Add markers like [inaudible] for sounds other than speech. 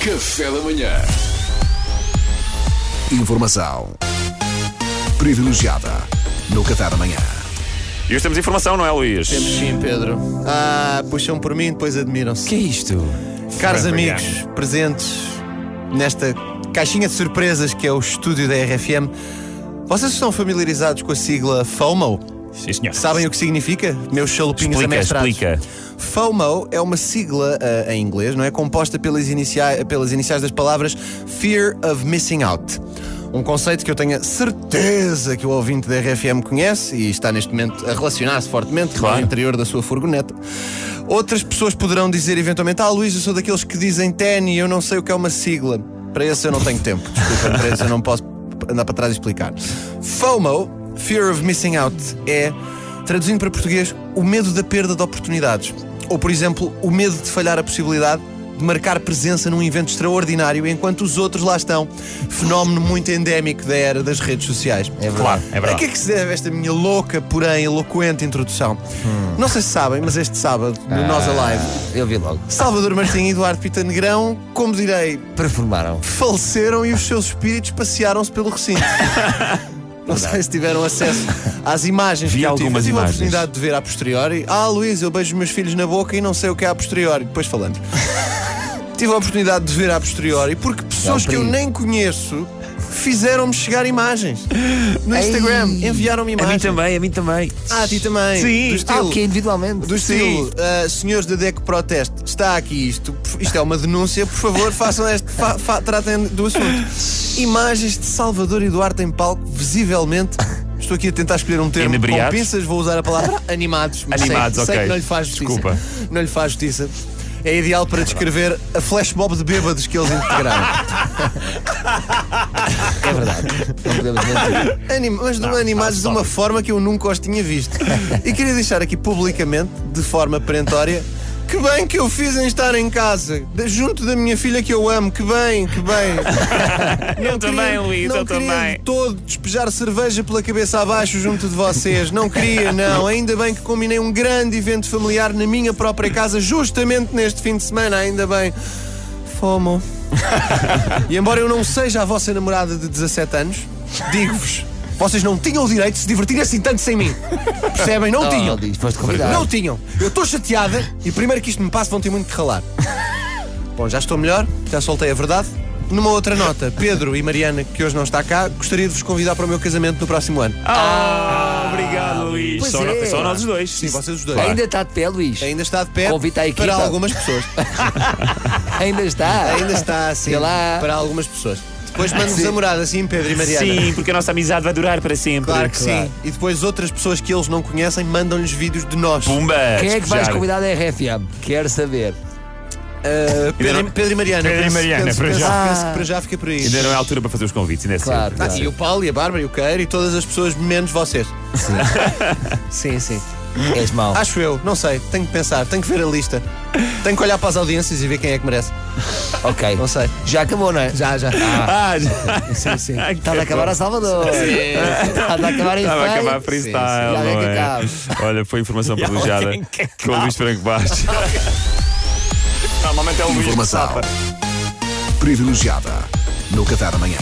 Café da manhã. Informação privilegiada no Café da manhã. E hoje temos informação, não é, Luís? Temos sim, Pedro. Ah, puxam por mim, depois admiram-se. Que é isto? Caros Vai pegar. amigos, presentes nesta caixinha de surpresas que é o estúdio da RFM, vocês estão familiarizados com a sigla FOMO? Sim, senhor. Sabem o que significa? Meus chalupinhos Explica, amestrados. explica. FOMO é uma sigla ah, em inglês, não é? Composta pelas, inicia- pelas iniciais das palavras Fear of Missing Out. Um conceito que eu tenho a certeza que o ouvinte da RFM conhece e está neste momento a relacionar-se fortemente com o Claro. interior da sua furgoneta. Outras pessoas poderão dizer eventualmente: Ah, Luís, eu sou daqueles que dizem TEN e eu não sei o que é uma sigla. Para esse eu não tenho tempo. Desculpa, para esse eu não posso andar para trás e explicar. FOMO, Fear of Missing Out, é, traduzindo para português, o medo da perda de oportunidades. Ou, por exemplo, o medo de falhar a possibilidade de marcar presença num evento extraordinário enquanto os outros lá estão. Fenómeno muito endémico da era das redes sociais. É verdade. Claro, é verdade. A que é que se deve esta minha louca, porém eloquente introdução? Não sei se sabem, mas este sábado, no Nós Alive, Eu vi logo. Salvador Martim e Eduardo Pita Negrão, como direi, Performaram. faleceram e os seus espíritos passearam-se pelo recinto. Não sei se tiveram acesso às imagens Vi que eu tive. algumas Eu tive a imagens. oportunidade de ver a posteriori. Ah, Luís, eu beijo os meus filhos na boca e não sei o que é a posteriori. Depois falamos. tive a oportunidade de ver a posteriori porque um pessoas É o que eu primo. nem conheço fizeram-me chegar [laughs] imagens no Instagram. Enviaram-me A mim imagens. também, a mim também. Ah, a ti também. Sim. Do Ah, estilo- ok, individualmente. do estilo, ah, senhores da DECO Proteste, está aqui isto, isto é uma denúncia, por favor, façam este, fa- fa- tratem do assunto. Imagens de Salvador e Duarte em palco, visivelmente. Estou aqui a tentar escolher um termo Inebriados? com pinças, vou usar [laughs] a palavra animados. mas Animados, sei, sei ok. que não lhe faz justiça. Desculpa. Não lhe faz justiça. É ideal para descrever a flash mob de bêbados que [laughs] eles integraram. É verdade. Não podemos mentir. Anima- mas não, animados de uma forma que eu nunca os tinha visto. E queria deixar aqui publicamente, de forma perentória, que bem que eu fiz em estar em casa, de- junto da minha filha que eu amo, que bem, que bem. Eu também, Luís, não eu queria também. de todo despejar cerveja pela cabeça abaixo junto de vocês, não queria, não. Ainda bem que combinei um grande evento familiar na minha própria casa, justamente neste fim de semana, ainda bem. [laughs] Fomo. E embora eu não seja a vossa namorada de 17 anos, digo-vos, vocês não tinham o direito de se divertir assim tanto sem mim. Percebem? Não tinham. Oh, diz, foste convidado. Não tinham. Eu estou chateada e primeiro que isto me passe vão ter muito que ralar. Bom, já estou melhor, já soltei a verdade. Numa outra nota, Pedro e Mariana, que hoje não está cá, gostaria de vos convidar para o meu casamento no próximo ano. Ah, obrigado, Luís. pois Só, é. só nós os dois. Sim, vocês os dois. Ainda está de pé, Luís. Ainda está de pé Convite à equipa. para algumas pessoas. [laughs] Ainda está. Ainda está assim Sei lá. Ah, para algumas pessoas. Depois mando-vos a morada, sim, Pedro e Mariana. Sim, porque a nossa amizade vai durar para sempre. Claro que sim. E depois outras pessoas que eles não conhecem mandam-lhes vídeos de nós. Pumba! Quem é que vais despejar. convidar da RFM? Quero saber. Uh, Pedro, e- Pedro e Mariana. Pedro e penso- Mariana, penso- para penso- já. penso que para já fica por aí. Ainda não é a altura para fazer os convites, ainda é Claro, cedo. Ah, claro. e o Paulo, e a Bárbara, e o Queiro, e todas as pessoas, menos vocês. Sim, sim. És mau. Acho eu, não sei, tenho que pensar, tenho que ver a lista. Tenho que olhar para as audiências e ver quem é que merece. ok. Não sei. Já acabou, não é? Já, já. [laughs] Ah, já. sim, sim. Ai, que Está a acabar a Salvador. Está a acabar em Estava a feio. acabar freestyle. Sim, sim. Já não vem que é? acabe. Olha, foi [laughs] informação privilegiada com o Luís Franco Bastos. Normalmente é o Luís que Informação safa. privilegiada no Café da manhã.